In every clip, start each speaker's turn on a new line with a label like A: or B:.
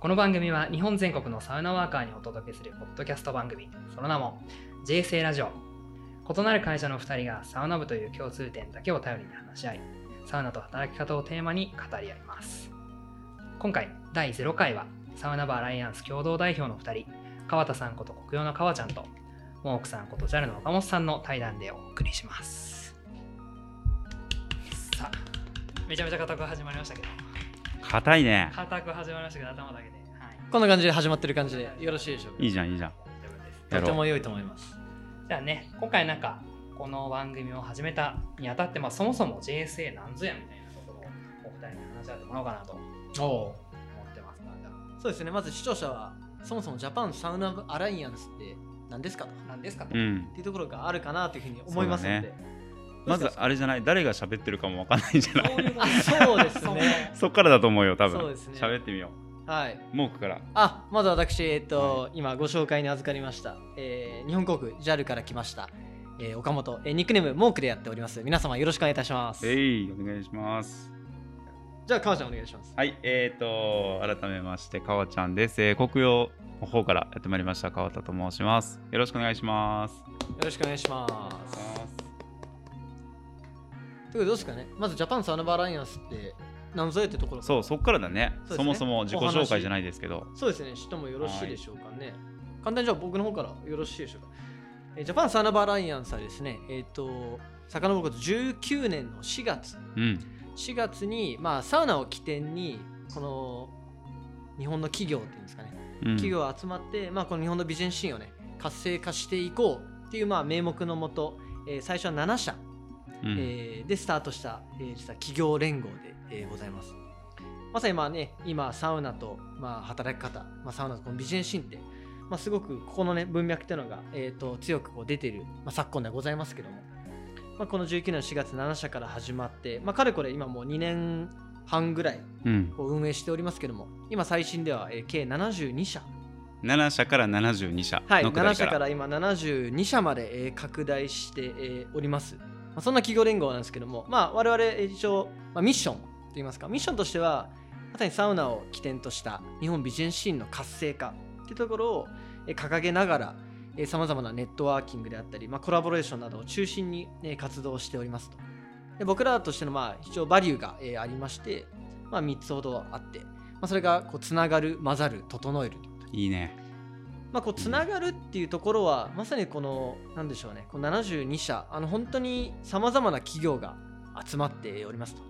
A: この番組は日本全国のサウナワーカーにお届けするポッドキャスト番組その名も JSA ラジオ異なる会社の2人がサウナ部という共通点だけを頼りに話し合いサウナと働き方をテーマに語り合います今回第0回はサウナ部アライアンス共同代表の2人川田さんこと国用の川ちゃんとモークさんこと JAL の岡本さんの対談でお送りしますさあめちゃめちゃ固く始まりましたけど
B: 硬いね
A: 固く始まりましたけど頭だけで、はい、
C: こんな感じで始まってる感じでよろしいでしょうか
B: いいじゃんいいじゃん
A: 大丈夫です
B: や
C: と
B: ろ
C: て
B: う
C: も良いと思います
A: じゃあね、今回なんか、この番組を始めたにあたって、まあ、そもそも JSA なんぞやみたいなところをお二人に話し合ってもらおうかなと思
C: お
A: ってます。なんだろう
C: そうですねまず視聴者はそもそもジャパンサウナ部アライアンスって何ですかとっ
A: 何ですかと、
B: うん
C: ていうところがあるかなというふうに思いますので、
B: そうまずあれじゃない誰が喋ってるかもわかんないんじゃない
A: そういう
C: あそうですね
B: そっからだと思うよ多
C: そう
B: 分
C: ですね
B: 喋ってみよ
C: はいう
B: モークから
C: あまず私、えっと今ご紹介に預かりました、えー日本航空 JAL から来ました、えー岡本、えーニックネームモークでやっております皆様よろしくお願いいたします、
B: えいお願いします
C: じゃあ川ちゃんお願いします
B: はいえーと改めましてかわちゃんです、えー、国用の方からやってまいりました川田と申しますよろしくお願いします
C: よろしくお願いしますということでどうですかねまずジャパンサウナ部アライアンスって何ぞやってところ
B: そうそっからだね
C: そうです
B: そ
C: ね
B: もそも自己紹介じゃないですけど
C: そうですね、知ってもよろしいでしょうかね。簡単にじゃあ僕の方からよろしいでしょうか。えージャパンサウナバーアライアンスはですね、えっ、と、遡ること19年の4月、
B: うん
C: 4月に、まあ、サウナを起点に、この日本の企業っていうんですかね、
B: うん
C: 企業が集まって、まあ、この日本のビジネスシーンをね、活性化していこうっていう、まあ、名目のもと、えー最初は7社、
B: うん
C: えーでスタートした、えー実は企業連合で、えーございます。まさにまあね、今、サウナと、まあ、働き方、まあ、サウナとこのビジネスシーンって、まあ、すごくここの、ね、文脈っていうのが、えー、と強くこう出ている、まあ、昨今ではございますけども、まあ、この19年の4月7社から始まって、まあ、かれこれ今もう2年半ぐらい
B: うん、
C: こう運営しておりますけども、今最新では、えー計72社、
B: 7社から72社
C: はい、
B: のくら
C: 7
B: いか
C: 社
B: ら,、
C: から今72社まで、えー拡大して、えーおります、まあ、そんな企業連合なんですけども、まあ、我々えー一応、まあ、ミッションといいますかミッションとしてはまさにサウナを起点とした日本ビジネスシーンの活性化っていうところを、えー掲げながらさまざまなネットワーキングであったり、まあ、コラボレーションなどを中心に、えー活動しておりますとで僕らとしての、まあ、一応バリューが、えーありまして、まあ、3つほどあって、まあ、それがこうつながる混ざる整える
B: いいね
C: まあ、こうつながるっていうところは、まさにこのなんでしょうねこの72社あの本当にさまざまな企業が集まっておりますと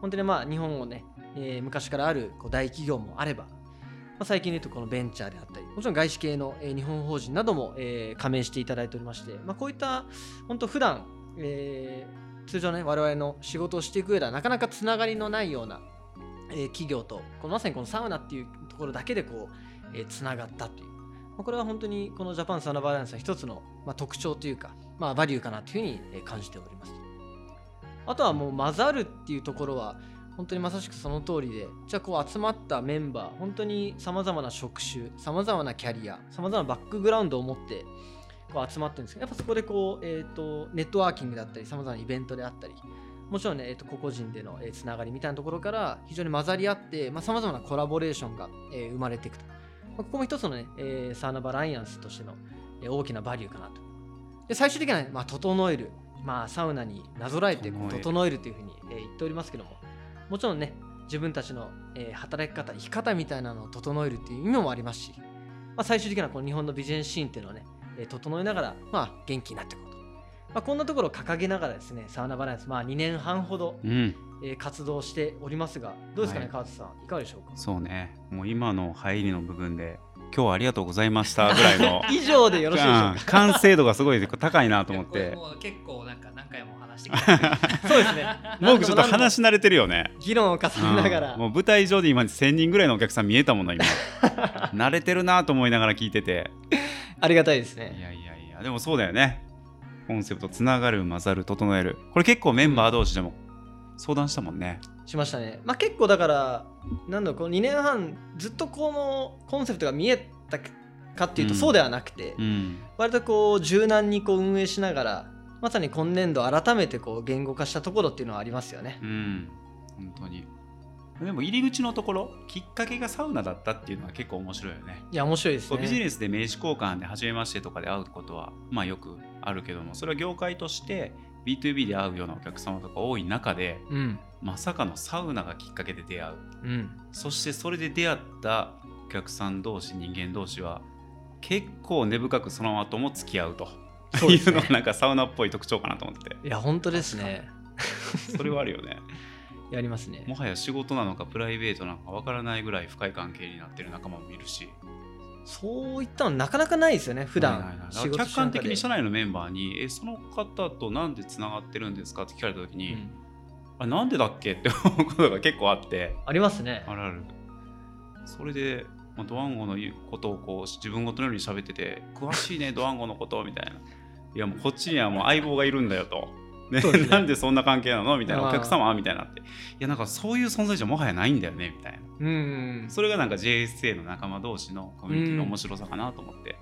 C: 本当にまあ日本をね、えー昔からあるこう大企業もあれば、まあ、最近でいうとこのベンチャーであったりもちろん外資系の、えー日本法人なども、えー加盟していただいておりまして、まあ、こういった本当普段、えー通常ね我々の仕事をしていく上ではなかなかつながりのないような、えー企業とこのまさにこのサウナっていうところだけでこう、えーつながったというまあこれは本当にこのジャパンサウナバランスの一つの、まあ、特徴というか、まあ、バリューかなというふうにえー感じております。あとはもう混ざるっていうところは本当にまさしくその通りでじゃあこう集まったメンバー本当にさまざまな職種さまざまなキャリアさまざまなバックグラウンドを持ってこう集まってるんですけどやっぱそこでこう、えー、とネットワーキングだったりさまざまなイベントであったりもちろんね、えー、と個々人での、えーつながりみたいなところから非常に混ざり合ってさまざ、まなコラボレーションが、えー生まれていくと。まあここも一つのね、えーサウナバライアンスとしての、えー大きなバリューかなと。で最終的にはね、まあ、整える、まあ、サウナになぞらえてこう
B: 整える
C: 整えるというふうに、えー言っておりますけども、もちろんね、自分たちの、えー働き方、生き方みたいなのを整えるという意味もありますし、まあ、最終的にはこの日本のビジネスシーンっていうのをね、えー整えながら、まあ、元気になっていこうと。まあ、こんなところを掲げながらですね、サウナバライアンス、まあ、2年半ほど、
B: うん
C: えー活動しておりますが、どうですかね、
B: はい
C: 川田さん、いかがでしょうか。
B: そうねもう今の入りの部分で今日はありがとうございましたぐらいの
C: 以上でよろしいでしょうか。
B: うん完成度がすごい高いなと思っ
A: いや
B: て
A: これもう結構なんか何回も話してきた。
C: そうですね。
B: 僕ちょっと話し慣れてるよね、
C: 議論を重ねながら、
B: うんもう舞台上で今1000人ぐらいのお客さん見えたもの今慣れてるなと思いながら聞いてて
C: ありがたいです
B: い
C: ね。
B: やいやいやでもそうだよねコンセプトつながる混ざる整えるこれ結構メンバー同士でも相談したもんね
C: しましたね。まあ結構だから、なんだろうこの2年半ずっとこのコンセプトが見えたかっていうと
B: うん
C: そうではなくて、
B: うん
C: 割とこう柔軟にこう運営しながら、まさに今年度改めてこう言語化したところっていうのはありますよね。
B: うん本当にでも入り口のところきっかけがサウナだったっていうのは結構面白いよね
C: いや面白いです
B: こう
C: ね
B: ビジネスで名刺交換で初めましてとかで会うことはまあよくあるけどもそれは業界として B2B で会うようなお客様とか多い中で
C: うん
B: まさかのサウナがきっかけで出会う
C: うん
B: そしてそれで出会ったお客さん同士人間同士は結構根深くその後も付き合うと
C: そう
B: い
C: です
B: う
C: ね
B: のがなんかサウナっぽい特徴かなと思って て
C: いや本当ですね
B: それはあるよね
C: やりますね
B: もはや仕事なのかプライベートなのかわからないぐらい深い関係になってる仲間もいるし
C: そういったのなかなかないですよね普
B: ないない
C: 段
B: ない
C: 仕事
B: 客観的に社
C: な
B: 内のメンバーに「えその方となんでつながってるんですか?」って聞かれた時
C: い
B: に「あれなんでだっけ?」 って思うことが結構あって
C: ありますね
B: あるあるそれで、まあ、ドワンゴの言うことをこう自分ごとのように喋ってて「詳しい ねドワンゴのこと」みたいな「いやもうこっちにはもう相棒がいるんだよ」と。ね
C: そうですね
B: なんでそんな関係なのみたいな
C: あー
B: お客様みたいになっていやなんかそういう存在じゃもはやないんだよねみたいな
C: うん
B: それがなんか JSA の仲間同士のコミュニティの面白さかなと思って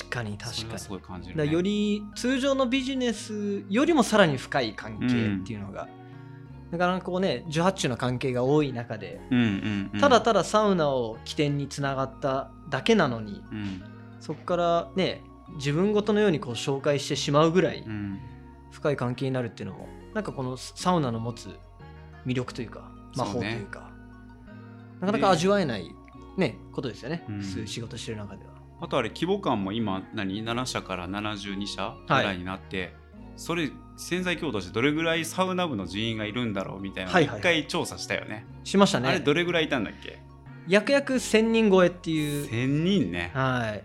C: 確かに確
B: それ
C: か
B: は
C: に
B: すごい感じ
C: だ
B: る、
C: から
B: ね、
C: より通常のビジネスよりもさらに深い関係っていうのが、なかなかこうね18種の関係が多い中で
B: うんうんうん
C: ただただサウナを起点につながっただけなのに
B: うん
C: そこからね自分ごとのようにこう紹介してしまうぐらい
B: うん
C: 深い関係になるっていうのもなんかこのサウナの持つ魅力というか
B: そ
C: 魔法
B: う
C: と
B: ね
C: いうかなかなか味わえない、ね、ことですよね、
B: うん
C: そういう仕事してる中では。
B: あとあれ規模感も今何7社から72社ぐらいになって、それ潜在強度としてどれぐらいサウナ部の人員がいるんだろうみたいなの
C: は
B: を
C: い
B: 一
C: はい
B: 回調査したよね、
C: しました
B: あれ
C: ね
B: どれぐらいいたんだっけ
C: やくやく1000人超えっていう
B: 1000人ね
C: は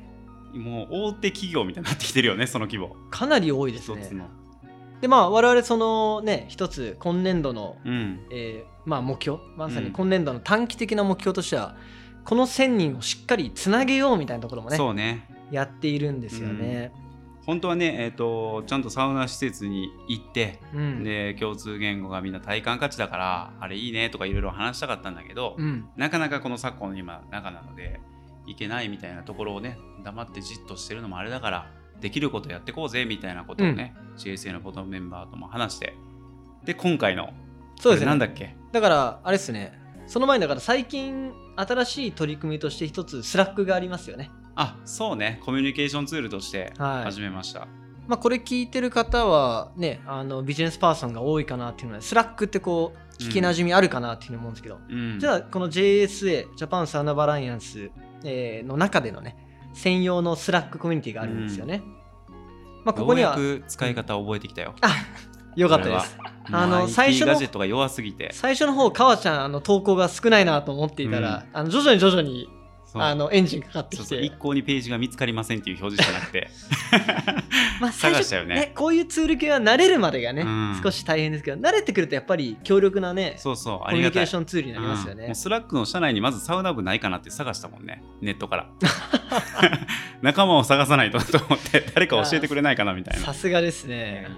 C: い
B: もう大手企業みたいになってきてるよねその規模
C: かなり多いです
B: 一
C: ね
B: つ。の、
C: でまあ我々そのね一つ今年度の、
B: うん
C: えーまあ、目標まさ
B: う
C: に
B: ん
C: 今年度の短期的な目標としては、この1,000人をしっかりつなげようみたいなところもね
B: そうね
C: やっているんですよね。
B: 本当はね、えー、とちゃんとサウナ施設に行って、
C: うん
B: で共通言語がみんな体感価値だからあれいいねとかいろいろ話したかったんだけど、
C: うん
B: なかなかこの昨今の今中なのでいけないみたいなところをね黙ってじっとしてるのもあれだからできることやってこうぜみたいなことをね、CSA のボトムメンバーとも話してで今回の
C: そうで
B: これ
C: す
B: な
C: ね
B: んだっけ
C: だからあれですねその前にだから最近新しい取り組みとして一つスラックがありますよね。
B: あそうねコミュニケーションツールとして
C: はい
B: 始めました、
C: まあ、これ聞いてる方はねあのビジネスパーソンが多いかなっていうのでスラックってこう聞きなじみあるかなっていうふうに思うんですけど、
B: うん
C: じゃあこの JSA ジャパンサウナバライアンス、えーの中でのね専用のスラックコミュニティがあるんですよね。まあここには
B: ようやく使い方を覚えてきたよ、
C: 良かったです。あの
B: もう IT
C: 最初の
B: ガジェットが弱すぎて
C: 最初の方かわちゃんあの投稿が少ないなと思っていたら、あの徐々に徐々に
B: そう
C: あのエンジンかかって
B: そう
C: き
B: そう
C: て
B: 一向にページが見つかりませんっていう表示じゃなく て
C: まあ最
B: 探
C: 初
B: したよね
C: こういうツール系は慣れるまでがね、
B: うん
C: 少し大変ですけど慣れてくるとやっぱり強力なね
B: そうそうあ
C: コミ
B: り
C: ュ
B: が
C: ニケ
B: た
C: ー
B: い
C: ションツールになりますよ
B: うん
C: ね
B: もう。スラックの社内にまずサウナ部ないかなって探したもんねネット から 仲間を探さないとと思って誰か教えてくれないかなみたいな
C: さすがです
B: いやいや
C: ね
B: い。や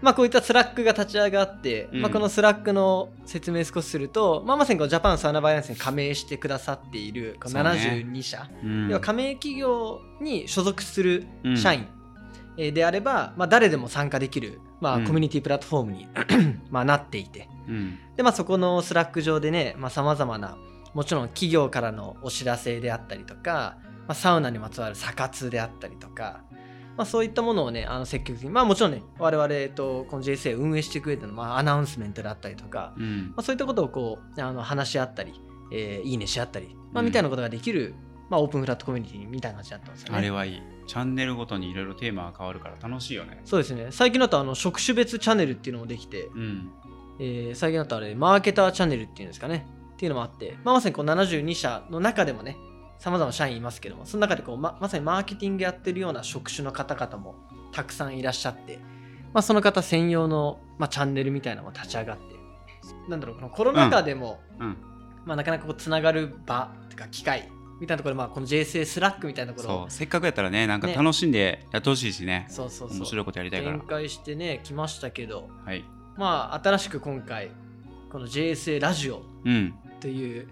C: まあこういったスラックが立ち上がって、
B: うん
C: まあ、このスラックの説明少しすると、まあ、まさにこのジャパンサウナバイアンスに加盟してくださっているこの72社、
B: うん
C: 要は加盟企業に所属する
B: うん
C: 社員えーであれば、まあ、誰でも参加できる、まあ、
B: うん
C: コミュニティプラットフォームに まあなっていて、
B: うん
C: でまあそこのスラック上でねさまざ、まなもちろん企業からのお知らせであったりとか、まあ、サウナにまつわる査活であったりとか、まあ、そういったものをねあの積極的にまあもちろんね我々とこの JSA を運営してくれたのまあアナウンスメントであったりとか、
B: うん
C: まあ、そういったことをこうあの話し合ったり、えーいいねし合ったり、まあ、
B: うん
C: みたいなことができる、まあ、オープンフラットコミュニティみたいな感じだったんですよね。
B: あれはいいチャンネルごとにいろいろテーマが変わるから楽しいよね
C: そうですね最近だとあの職種別チャンネルっていうのもできて、
B: うん
C: えー最近だとあれマーケターチャンネルっていうんですかねっていうのもあって、まあ、まさにこう72社の中でもねさまざまな社員いますけどもその中でこうままさにマーケティングやってるような職種の方々もたくさんいらっしゃって、まあ、その方専用の、まあ、チャンネルみたいなのも立ち上がってなんだろうこのコロナ禍でも、
B: うん
C: まあ、なかなかこうつながる場とか機会みたいなところで、まあ、この JSA スラックみたいなところ
B: そ
C: を
B: うせっかくやったらねなんか
C: ね
B: 楽しんでやってほしいしね
C: そうそうそう
B: 面白いことやりたいから
C: 展開してね来ましたけど
B: はい
C: まあ新しく今回この JSA ラジオ
B: うん
C: という、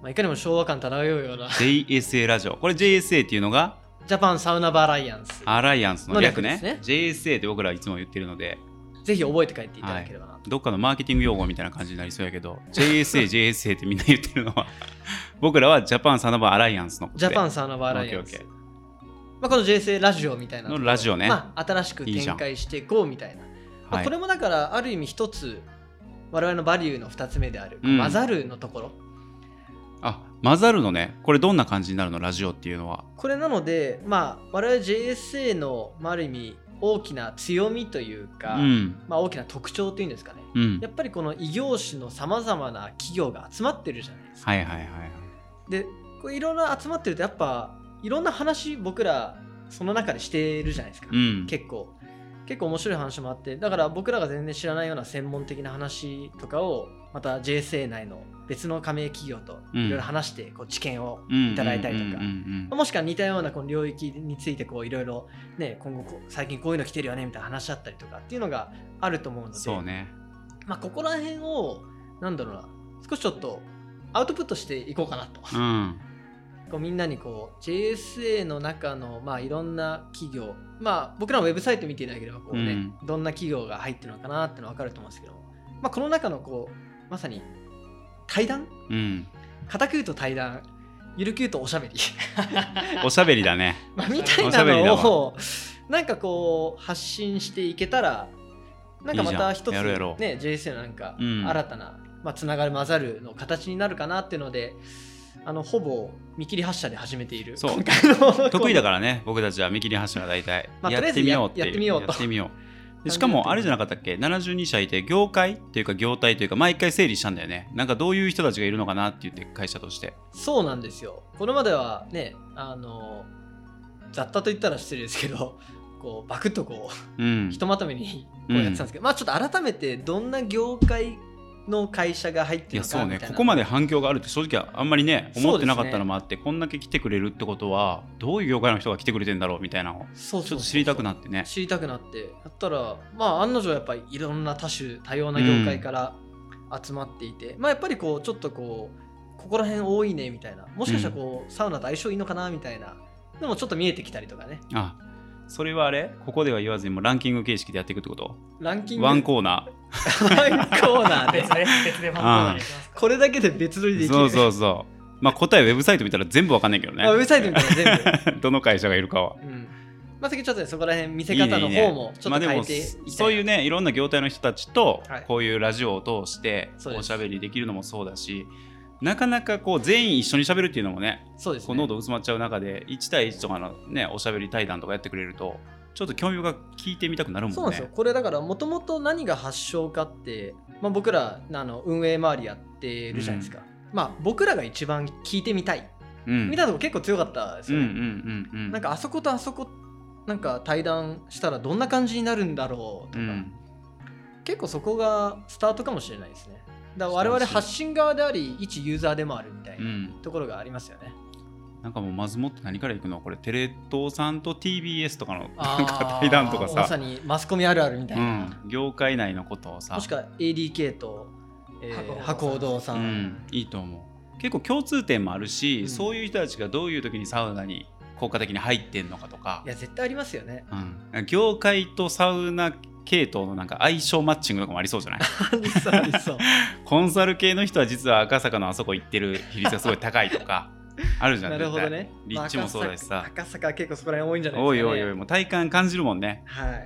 C: まあ、いかにも昭和感漂うような
B: JSA ラジオこれ JSA っていうのが
C: ジャパンサウナバアライアンス
B: アライアンスの略ね
C: の略
B: JSA って僕らいつも言ってるので
C: ぜひ覚えて帰っていただければなと、
B: どっかのマーケティング用語みたいな感じになりそうやけど JSA、JSA ってみんな言ってるのは僕らはジャパンサナバアライアンスのこと
C: ジ
B: で
C: ャパンサーナバーライアン
B: オッ
C: ス
B: ケーオッケ、
C: まあ、この JSA ラジオみたいなところ
B: のラジオね
C: まあ、新しく
B: いいじゃ
C: 展
B: ん
C: 開していこうみたいなま
B: は
C: あ、
B: い
C: これもだからある意味一つ我々のバリューの2つ目である、
B: うん
C: 混ざるのところ
B: あ混ざるのねこれどんな感じになるのラジオっていうのは
C: これなので、まあ、我々 JSA の、まあ、ある意味大きな強みというか、
B: うん
C: まあ、大きな特徴というんですかね
B: うん
C: やっぱりこの異業種のさまざまな企業が集まってるじゃないですか。
B: はいはいはいはい
C: でこういろんな集まってるとやっぱいろんな話僕らその中でしてるじゃないですか、
B: うん
C: 結構結構面白い話もあってだから僕らが全然知らないような専門的な話とかをまた JSA 内の別の加盟企業と
B: うん
C: いろいろ話してこう知見を、
B: い
C: ただいたりとか
B: うんうん
C: もしくは似たようなこの領域についてこういろいろね今後こう最近こういうの来てるよねみたいな話だったりとかっていうのがあると思うので
B: そうね
C: まあ、ここら辺をなんだろうな少しちょっとアウトプットしていこうかなと、
B: うん
C: こうみんなにこう JSA の中のまあいろんな企業まあ僕らのウェブサイト見ていただければこうね、
B: うん
C: どんな企業が入ってるのかなっての分かると思うんですけど、まあ、この中のこうまさに対談
B: うん
C: 固く言うと対談ゆるく言うとおしゃべり
B: おしゃべりだね
C: まあみたい
B: おしゃべりだ
C: なのをなんかこう発信していけたらなんかまた
B: いい
C: 一
B: じ
C: つ
B: ゃん
C: ね
B: やろうやろう
C: JSA のなんか
B: うん
C: 新たな、まあ、つながる混ざるの形になるかなっていうのであのほぼ見切り発車で始めている
B: そう
C: 今回 の
B: 得意だからね僕たちは見切り発車が大体
C: まあ
B: やってみようっていう
C: とりあえずややってみようと
B: やってみようでしかもあれじゃなかったっけ72社いて業界っていうか業態というか毎回整理したんだよねなんかどういう人たちがいるのかなって言って会社として
C: そうなんですよこれまではねあの雑多と言ったら失礼ですけど こうバクッとこ
B: うん
C: うひとまとめに こうやってたんですけど、まあちょっと改めてどんな業界の会社が入っ
B: い
C: てる
B: や
C: の
B: そ
C: か
B: う
C: み
B: ね
C: たいな
B: ここまで反響があるって正直あんまりね思ってなかったのもあって、こんだけ来てくれるってことはどういう業界の人が来てくれてんだろうみたいなのを
C: そうそう
B: ち
C: そ
B: ょ
C: う
B: っと知りたくなってね
C: 知りたくなってやったらまあ案の定やっぱりいろんな多種多様な業界から集まっていて、まあやっぱりこうちょっとこうここら辺多いねみたいなもしかしたらこう、サウナと相性いいのかなみたいなでもちょっと見えてきたりとかね
B: あそれはあれここでは言わずにもうランキング形式でやっていくってこと
C: ランキング
B: ワンコーナ
C: ワンコーナーで
A: 別で別で本当に行きますか
C: これだけで別撮りで
B: ー
C: きる
B: そうそうそうまあ答えウェブサイト見たら全部わかんないけどね
C: あウェブサイトみたいな 全
B: どの会社がいるかは
C: 部、うん、まあ先ちょっとねそこら辺見せ
B: いい
C: 方
B: ねい
C: の
B: いね
C: 方もちょっと変えていきたいな
B: まあでもそういうねいろんな業態の人たちと
C: はい
B: こういうラジオを通して
C: そうです
B: おしゃべりできるのもそうだしなかなかこう全員一緒にしゃべるっていうのもね
C: そうです
B: こう
C: ね
B: 濃度薄まっちゃう中で1対1とかのねおしゃべり対談とかやってくれるとちょっと興味が聞いてみたくなるもんね
C: そうなんですよこれだからもともと何が発祥かって、まあ、僕らあの運営周りやってるじゃないですか、まあ僕らが一番聞いてみたい
B: うん、
C: みたいなとこ結構強かったです
B: うん
C: よ
B: う
C: ね、
B: んうんうん
C: なんかあそことあそこなんか対談したらどんな感じになるんだろうと
B: う
C: か、
B: ん
C: 結構そこがスタートかもしれないですねだか
B: そ
C: ら我
B: う
C: 々
B: そう
C: 発信側であり一ユーザーでもあるみたいうなんところがありますよね、
B: なんかもうまずもって何からいくのこれテレ東さんと TBS とかの
C: あ
B: な
C: ー
B: んか対談とか
C: ま
B: さ
C: さにマスコミあるあるみたいうな、
B: ん、業界内のことをさ
C: もしくは ADK と、えー、
A: 博
C: 博
A: 報
C: 報堂さ、
B: うんん、いいと思う結構共通点もあるし、
C: うん
B: そういう人たちがどういう時にサウナに効果的に入ってんのかとか
C: いや絶対ありますよね
B: うん、業界とサウナ系統のなんか相性マッチングとかもありそうじゃ ない
C: ありそうありそう
B: コンサル系の人は実は赤坂のあそこ行ってる比率がすごい高いとか あるじゃん
C: なるほどね
B: リッチもそうだしさ
C: まあ赤坂赤坂は結構そこら辺多いんじゃ
B: 絶
C: な
B: 対
C: いですか、
B: お
C: ね、
B: いおいおいもう体感感じるもんね
C: はい
B: いや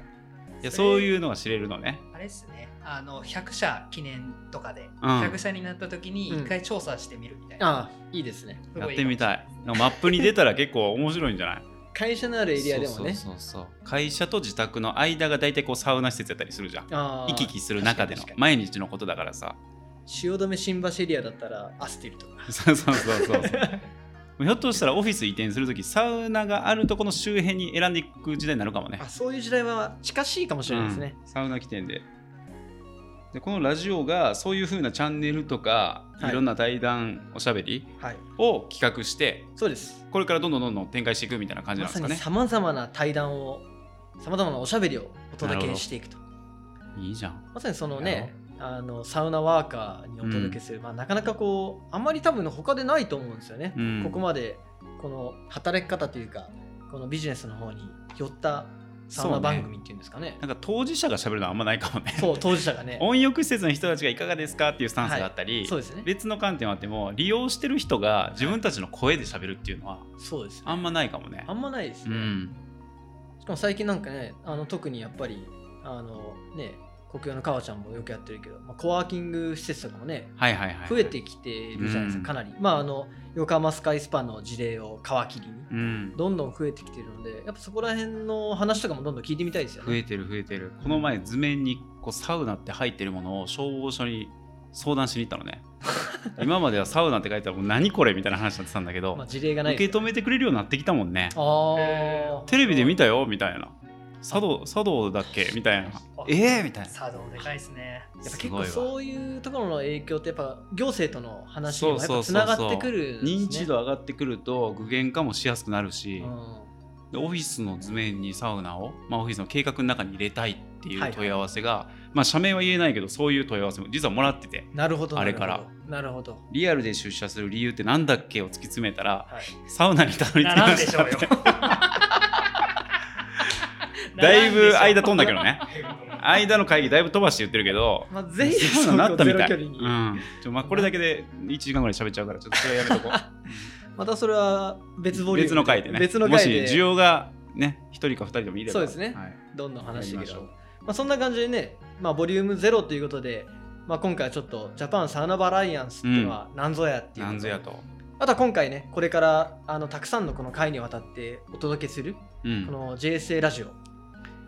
A: それ
B: そういうのが知れるのね
A: あれっすねあの100社記念とかで、
B: うん
A: 100社になった時に
C: うん
A: 一回調査してみるみたいな、
C: ああいいですね
A: す
B: やっ
A: ごい
B: てみたい
A: かもし
B: なんかマップに出たら結構面白いんじゃない
C: 会社のあ るエリアでもね
B: そうそうそうそう会社と自宅の間が大体こうサウナ施設やったりするじゃん
C: ああ
B: 行き来する中での
C: 確かに確か
B: 毎日のことだからさ
C: に汐留新橋エリアだったらアスティルとか
B: そうそうそうそうひょっとしたらオフィス移転するときサウナがあるとこの周辺に選んでいく時代になるかもね
C: あそういう時代は近しいかもしれないですね、
B: うんサウナ起点ででこのラジオがそういう風なチャンネルとか、
C: はい
B: い、ろんな対談おしゃべり
C: はい
B: を企画して
C: そうです
B: これからどんどんどんどん展開していくみたいな感じ
C: ま
B: なんで
C: さ
B: すか
C: に
B: ね、
C: さまざまな対談をさまざまなおしゃべりをお届けしていくと
B: いいじゃん
C: まさにそのねあのサウナワーカーにお届けする、まあ、なかなかこうあんまり多分他でないと思うんですよね、
B: うん
C: ここまでこの働き方というかこのビジネスの方に寄ったサウナ番組っていうんですかね
B: なんか当事者が喋るのはあんまないかもね
C: そう当事者が ね
B: 温浴施設の人たちがいかがですかっていうスタンスがあったり、
C: そうですね
B: 別の観点はあっても利用してる人が自分たちの声で喋るっていうのは
C: そうですね
B: あんまないかもね。
C: あんまないです
B: う
C: ね、
B: ん、
C: しかも最近なんかねあの特にやっぱりあのね国境の川ちゃんもよくやってるけど、まあ、コワーキング施設とかもね
B: はいはいはいはい。
C: 増えてきてるじゃないです
B: うん
C: かかなり、まああの横浜スカイスパの事例を皮切りに
B: うん、
C: どんどん増えてきてるのでやっぱそこら辺の話とかもどんどん聞いてみたいですよ
B: 増
C: ね
B: えてる増えてる。この前図面にこうサウナって入ってるものを消防署に相談しに行ったの ね。今まではサウナって書いてたらもう何これみたいな話になってたんだけど、
C: まあ事例がない
B: 受け
C: です
B: 止めてくれるようになってきたもんね。
C: ああ
B: テレビで見たよみたいな。茶道茶道だっけみたいな
A: あ。
B: えー、みたいな。
A: 茶道でかいですね。
C: やっぱ
B: す
C: 結
B: ごい
C: 構
B: わ
C: そういうところの影響ってやっぱ行政との話にもやっぱつながってくるんですね
B: 認知度上がってくると具現化もしやすくなるし、
C: うん
B: でオフィスの図面にサウナを、まあ、オフィスの計画の中に入れたいってい
C: はいうはい
B: 問い合わせが、まあ、社名は言えないけどそういう問い合わせも実はもらってて
C: なるほど
B: あれから
C: なるほど
B: リアルで出社する理由ってなんだっけを突き詰めたら
C: はい
B: サウナにたどり着き
A: 並
B: ま
A: んで
B: し
A: しょ
B: た
A: う
B: っ
A: よ
B: て。 だいぶ間飛んだけどね間の会議だいぶ飛ばして言ってるけど
C: まあ全員
B: サウナになったみたい、
C: そのゼ
B: う
C: ロ距離に
B: ん、ちょまあ、これだけで1時間ぐらい喋っちゃうからちょっとそれはやめとこう
C: またそれは 別ボリュー
B: 別
C: ム
B: の回でね
C: 別の回
B: も
C: で
B: し需要がね1人か2人でもいれば
C: そうですね
B: はい
C: どんどん話していけ
B: や
C: ど
B: り
C: ま
B: ま
C: あそんな感じでね、まあ、ボリュームゼロということで、まあ、今回はちょっとジャパンサウナバライアンスっていうのは何ぞやっていう
B: な
C: こ
B: ん
C: と、
B: ぞやと、
C: あとは今回ねこれからあのたくさんのこの回にわたってお届けする
B: うん
C: この JSA ラジオ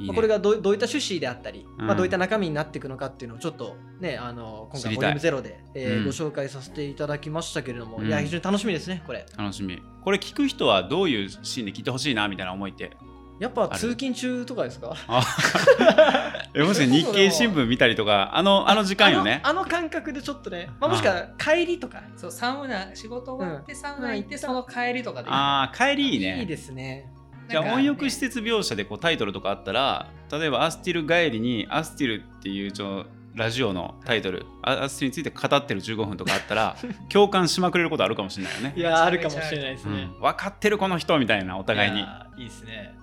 B: いいね
C: まあこれがどうどういった趣旨であったり、
B: うん
C: まあ、どういった中身になっていくのかっていうのをちょっとねあの今
B: 知
C: 回
B: り
C: ボ
B: たい
C: リュームゼロで、えー
B: うん
C: ご紹介させていただきましたけれども、
B: うん
C: いや非常に楽しみですねこれ
B: 楽しみこれ聞く人はどういうシーンで聞いてほしいなみたいな思いって
C: やっぱ通勤中とかですか
B: あえもしかして日経新聞見たりとかあのあの時間よね
C: あのあの感覚でちょっとね、まあ、もしくは帰りとか
A: そうサウナ仕事終わってサウナ行ってその帰りとかで
B: ああー帰りいいね
C: いいですね
B: じゃあ温浴施
A: て
B: 設描写でこうタイトルとかあったら例えば「アスティル帰り」に「アスティル」っていうちょラジオのタイトルあアスティルについて語ってる15分とかあったら 共感しまくれることあるかもしれないよね
C: い、やーあるかもしれないです
B: う
C: ね、
B: ん、分かってるこの人みたいなお互いに
C: やーいいですね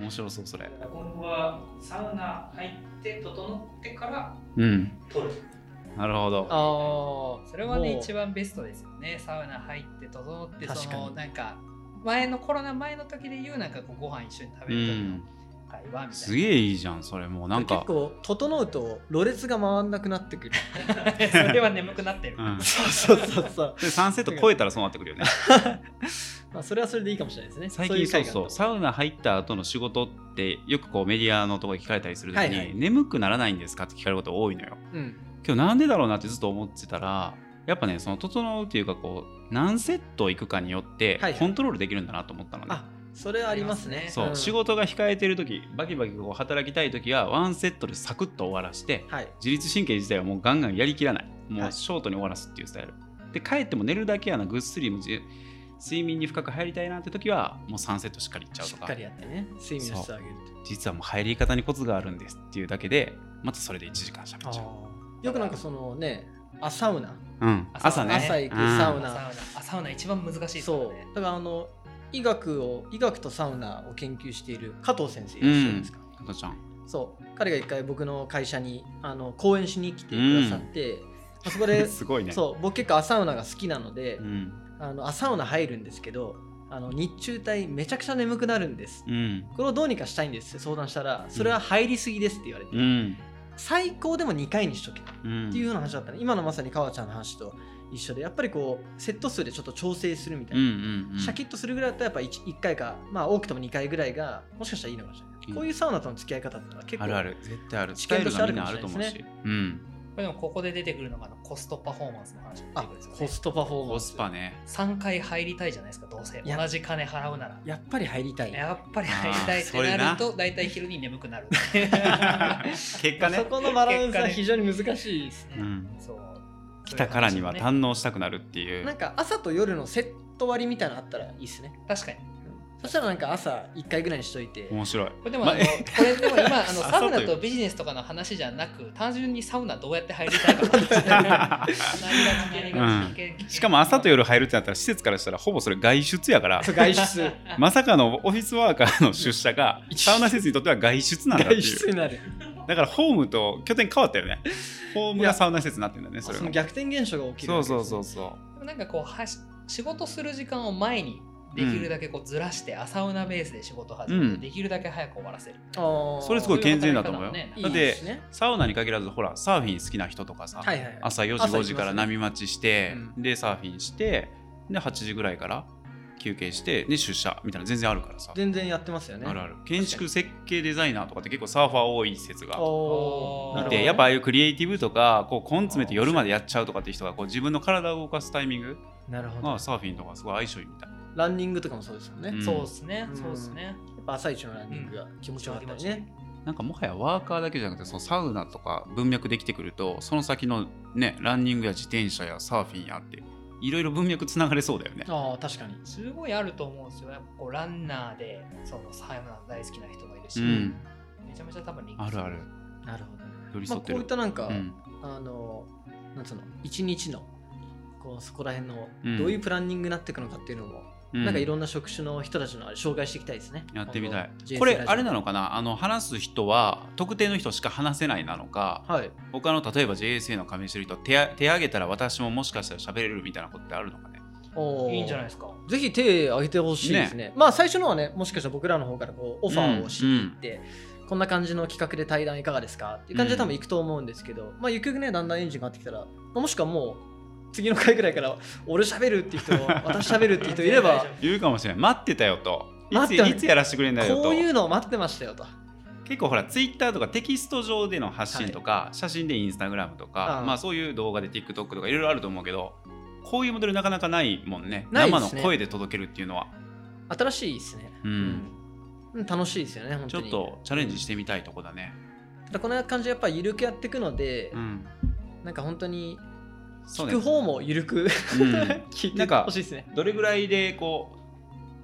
B: 面白そうそれ
A: 今後はサウナ入って整ってから
B: うん
A: 撮る
B: なるほど
C: あー
A: それはね
C: もう
A: 一番ベストですよねサウナ入って整って
C: 確
A: そ
C: かに
A: のなんか前のコロナ前の時で言うなんかこうご飯一緒に食
B: う
A: べる時
B: ん
A: の会話みたいな
B: すげえいいじゃんそれもうなんか
C: 結構整うとろれつが回んなくなってくる
A: それは眠くなってる、
B: うん
C: そうそうそうそう、
B: でサンセット超えたらそうなってくるよ ね
C: まあ、それはそれでいいかもしれないですね
B: 最近そうそう
C: そう
B: サウナ入った後の仕事ってよくこうメディアのとこに聞かれたりするときに、
C: はいはい
B: 眠くならないんですかって聞かれること多いのよ
C: いう会が、うん、
B: 今日なんでだろうなってずっと思ってたらやっぱねその整うっていうかこう何セットいくかによって
C: はいはい
B: コントロールできるんだなと思ったのね、
C: あそれはありますね
B: そう、
C: ん
B: 仕事が控えてる時バキバキこう働きたい時はワンセットでサクッと終わらして
C: はい
B: 自律神経自体はもうガンガンやりきらないも
C: は
B: う
C: い
B: ショートに終わらすっていうスタイル、で帰っても寝るだけやなぐっすりもじ睡眠に深く入りたいなって時はもう3セットしっかりいっちゃう
C: し
B: と
C: っ
B: か
C: かりやってね睡眠の質を上げる
B: 実はもう入り方にコツがあるんですっていうだけでまたそれで1時間しゃべ
C: と
B: っちゃう、
C: よくなんかそのねあサウナ
B: うん、朝ね
C: 朝行く
B: うん
C: サウナ
A: サウナあサウナ一番難しいですから
C: そ
A: ね
C: うだからあの医学を医学とサウナを研究している加藤先生いらっしゃるんですか、
B: 加トちゃん
C: そう彼が一回僕の会社にあの講演しに来てくださって、まあそこで、
B: すごいね
C: そう僕結構アサウナが好きなので、
B: ん
C: あのアサウナ入るんですけどあの日中帯めちゃくちゃ眠くなるんです、
B: うん
C: これをどうにかしたいんですって相談したらそれは入りすぎですって言われて、
B: うん
C: 最高でも2回にしとけ
B: うん
C: っていうような話だったね今のまさに川ちゃんの話と一緒でやっぱりこうセット数でちょっと調整するみたい
B: うん
C: な、
B: うんうん
C: シャキッとするぐらいだったらやっぱ 1, 回かまあ多くとも2回ぐらいがもしかしたらいいのかもしれない、
B: うん
C: こういうサウナとの付き合い方ってのは結構
B: あるある絶対ある
C: 知
B: スタイ
C: 見
B: ル
C: としてあ
B: がみ
C: る
B: ん
C: か
B: な
C: も
B: あ
C: しれ
B: る
C: な
B: と
C: い
B: 思
C: ですね
B: うし、う
A: こ
B: ん、
A: れでもここで出てくるのがあのコストパフォーマンスの話が
C: あ
A: 出てくるんですよ、ね、
C: コストパフォーマ
B: コ
C: ン
B: ス
C: ス
B: パね
A: 3回入りたいじゃないですかどうせ
C: いや
A: 同じ金払うなら
C: やっぱり入りたい
A: やっぱり入りたいってなる
B: あー
A: と大体昼に眠くな る
B: 結果
C: そ
B: ね、
C: このバランスは
A: 結果ね
C: 非常に難しいですね
B: うん、
A: そう
B: 来たからには
A: そういう話を
B: 堪能したくなるっていう
C: なんか朝と夜のセット割りみたいなのあったらいいですね
A: ね確かに
C: そしたらなんか朝1回ぐらいにしといて、
B: 面白い
A: これでも、
B: ま
A: あのこれでも今あの
B: 朝
A: サウナ
B: とい
A: と
B: う
A: ビジネスとかの話じゃなく単純にサウナどうやって入りたいか
B: しかも朝と夜入るってなったら施設からしたらほぼそれ外出やから
C: そう外 出
B: まさかのオフィスワーカーの出社がサウナ施設にとっては外出なんだってい
C: 外
B: う
C: 出になる
B: だからホームと拠点変わったよねホームがサウナ施設になってんだねそ
C: そ
B: れ
C: の
B: が
C: 逆転現象が起きる
B: そう
C: わけですね
B: そうそうそ
A: なんかこうはし仕事する時間を前にできるだけこうずらして朝ウナベースで仕事始めて、
B: うん
A: できるだけ早く終わらせる。
C: あー
B: うそれすごい健全だと思うよ
A: そういう働き方
B: だっ
A: も
B: て
C: すね
B: サウナに限らずほらサーフィン好きな人とかさ、
C: はいはいはい
B: 朝4時
C: 朝
B: 5時から
C: 行きますね
B: 波待ちして、
C: う
B: でサーフィンしてで8時ぐらいから休憩してで出社みたいな全然あるからさ、
C: 全然やってますよね
B: あるある建築設計デザイナーとかって結構サーファー多い説が
C: おー
A: なるほど
B: でやっぱああいうクリエイティブとかこう根詰めて夜までやっちゃうとかっていう人がこう自分の体を動かすタイミング
C: なるほど
B: がサーフィンとかすごい相性いいみたい
C: ランニングとかもそうですよね、
B: うん
C: や
A: そうですね
C: う、ん
A: そうですね。
C: っぱ朝一のランニングが気持ちよかったりね、
B: なんかもはやワーカーだけじゃなくてそのサウナとか文脈できてくるとその先のねランニングや自転車やサーフィンやっていろいろ文脈つながれそうだよね。
C: ああ確かに
A: すごいあると思うんですよ。やっぱこうランナーでそのサウナ大好きな人もいるし、
B: うん、
A: めちゃめちゃ多分人気
B: あるある
C: なるほどね
B: 寄り
C: ま
B: 添
C: あ、
B: っ
C: こ
B: て
C: う
B: る
C: いっ、たなんか、
B: うん
C: あのなんつうの一日のこうそこら辺の
B: うん
C: どういうプランニングになっていくのかっていうのも、
B: うん
C: なんかいろんな職種の人たちのあれ紹介していきたいですね
B: やってみたい
C: 今後
B: こ
C: JSA
B: れ
C: ラジオ
B: あれなのかなあの話す人は特定の人しか話せないなのか
C: はい
B: 他の例えば JSA の加盟してる人手あ手挙げたら私ももしかしたら喋れるみたいなことってあるのかね
C: おー
A: いいんじゃないですか。
C: ぜひ手挙げてほしいですねまあ最初のはねもしかしたら僕らの方からこうオファーをしに行って、こんな感じの企画で対談いかがですかっていう感じで多分行くと思うんですけど、まあゆくゆくねだんだんエンジンが上がってきたら、まあもしくはもう次の回ぐらいから俺喋るっていう人私喋るっていう人い れば
B: 言うかもしれない待ってたよといつ
C: 待ってた
B: いつやらせてくれないよと
C: こういうのを待ってましたよと
B: 結構ほらツイッターとかテキスト上での発信とか、写真でインスタグラムとか
C: うん
B: まあ、そういう動画で TikTok とかいろいろあると思うけどこういうモデルなかなかないもんね
C: ないで
B: 生
C: すね
B: の声で届けるっていうのは、
C: 新しいですね、
B: うん
C: うん楽しいですよね本
B: ち
C: 当
B: ょっ
C: に
B: とチャレンジしてみたいとこだね、
C: ただこの感じでやっぱり緩くやっていくので、
B: うん、
C: なんか本当に
B: そうね
C: 聞く方も緩く
B: うん
C: 聞い
B: な
C: て
B: んか
C: ほしいですね
B: どれぐらいでこう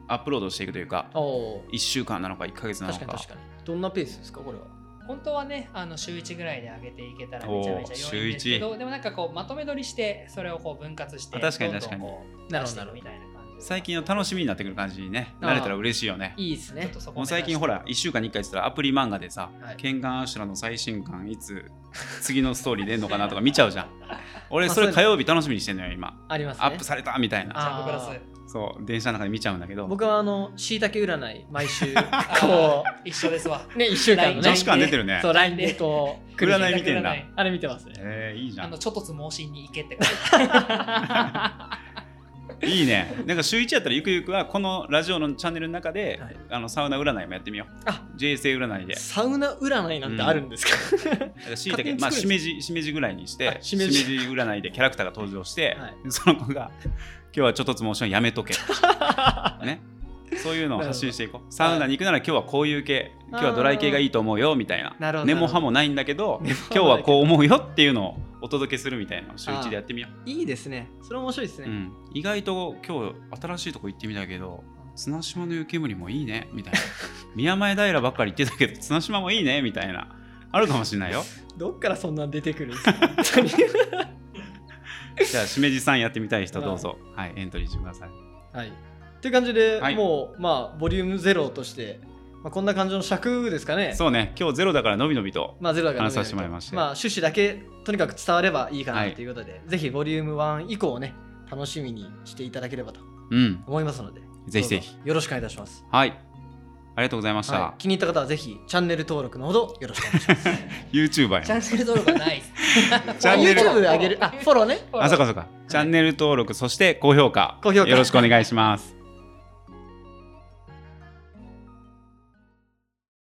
B: アップロードしていくというか
C: おお
B: 1週間なのか1か月なの
C: 確
B: か
C: かに確かにどんなペースですかこれは
A: 本当はねあの週1ぐらいで上げていけたらめちゃめちゃ良いんですけどでもなんかこうまとめ撮りしてそれをこう分割して
B: あ確かに
A: どんどん
B: 確かに
A: こう
C: なる
A: 出
C: ほ
A: して
C: どないる
A: くみ
C: ほど
A: たいな感じ
B: 最近の楽しみになってくる感じにね
C: あー
B: 慣れたら嬉しいよね
C: いいですね
A: ちょっとそこ
B: もう最近ほら1週間に1回って言ったらアプリ漫画でさ
C: はい
B: 「ケンガンアシュラの最新刊いつ次のストーリー出んのかなとか見ちゃうじゃ ん俺それ火曜日楽しみにしてんのよ今
C: ありますね
B: アップされたみたい
A: ジ
B: な
A: ャンププラ
C: あー
A: ス
B: そう電車の中で見ちゃうんだけど
C: 僕はあのしいたけ占い 毎週こ
A: あー一緒ですわ
C: うね1週間
A: LINE
C: のね
B: 女子館出てるね
C: そう LINE でこう来る
B: 占い見てんだ
C: あれ見てますね
B: えーいいじゃ
A: あの
B: ん
A: ちょっとつ盲信に行け ってこと
B: いいねなんか週1やったらゆくゆくはこのラジオのチャンネルの中で
C: はい
B: あのサウナ占いもやってみよう
C: あ
B: JSA 占いで
C: サウナ占いなんてあるんですか、
B: しいたけ
C: 勝手に作るんです
B: まあしめじしめじぐらいにし
C: あ
B: て
C: し
B: し
C: め
B: め
C: じ
B: じ占いでキャラクターが登場して、
C: はい
B: その子が「今日はちょっとつモーションやめと け」ねそういうのを発信していこうサウナに行くなら今日はこういう系今日はドライ系がいいと思うよみたいな
C: なるほど
B: 根も葉もないんだけど
C: 根も
B: 今日はこう思うよっていうのをお届けするみたいなのを週
C: あー
B: 一でやってみよ
C: いいですねそれ面白いです
B: う、
C: ね、
B: うん、意外と今日新しいとこ行ってみたけど綱島の湯煙もいいねみたい な宮前平ばっかり行ってたけど綱島もいいねみたいなあるかもしれないよ
C: どっからそんなん出てくるんですか本当 に
B: じゃあしめじさんやってみたい人どうぞ、はい、エントリーしてください
C: はい。っていう感じで、
B: はい
C: もう、まあ、ボリュームゼロとして、まあ、こんな感じの尺ですかね。
B: そうね今日ゼロだからのびのびと
C: まあ、ゼロだから
B: 話させてもらいました
C: あ、趣旨だけ、とにかく伝わればいいか
B: は
C: ないということで、ぜひボリューム1以降をね、楽しみにしていただければと
B: うん
C: 思いますので、
B: ぜひぜひ
C: どうぞよろしくお願いいたします。
B: はいありがとうございました、
C: はい、気に入った方はぜひチャンネル登録のほどよろしくお願いします。
B: YouTuber
A: チャ
B: や
A: ンネル登録はないです
B: チャンネル
C: YouTube 上げる、あ、フォローね。
A: フォロー
B: あそうかそうかチャンネル登録そして高評価
C: 高評価
B: よろしくお願いします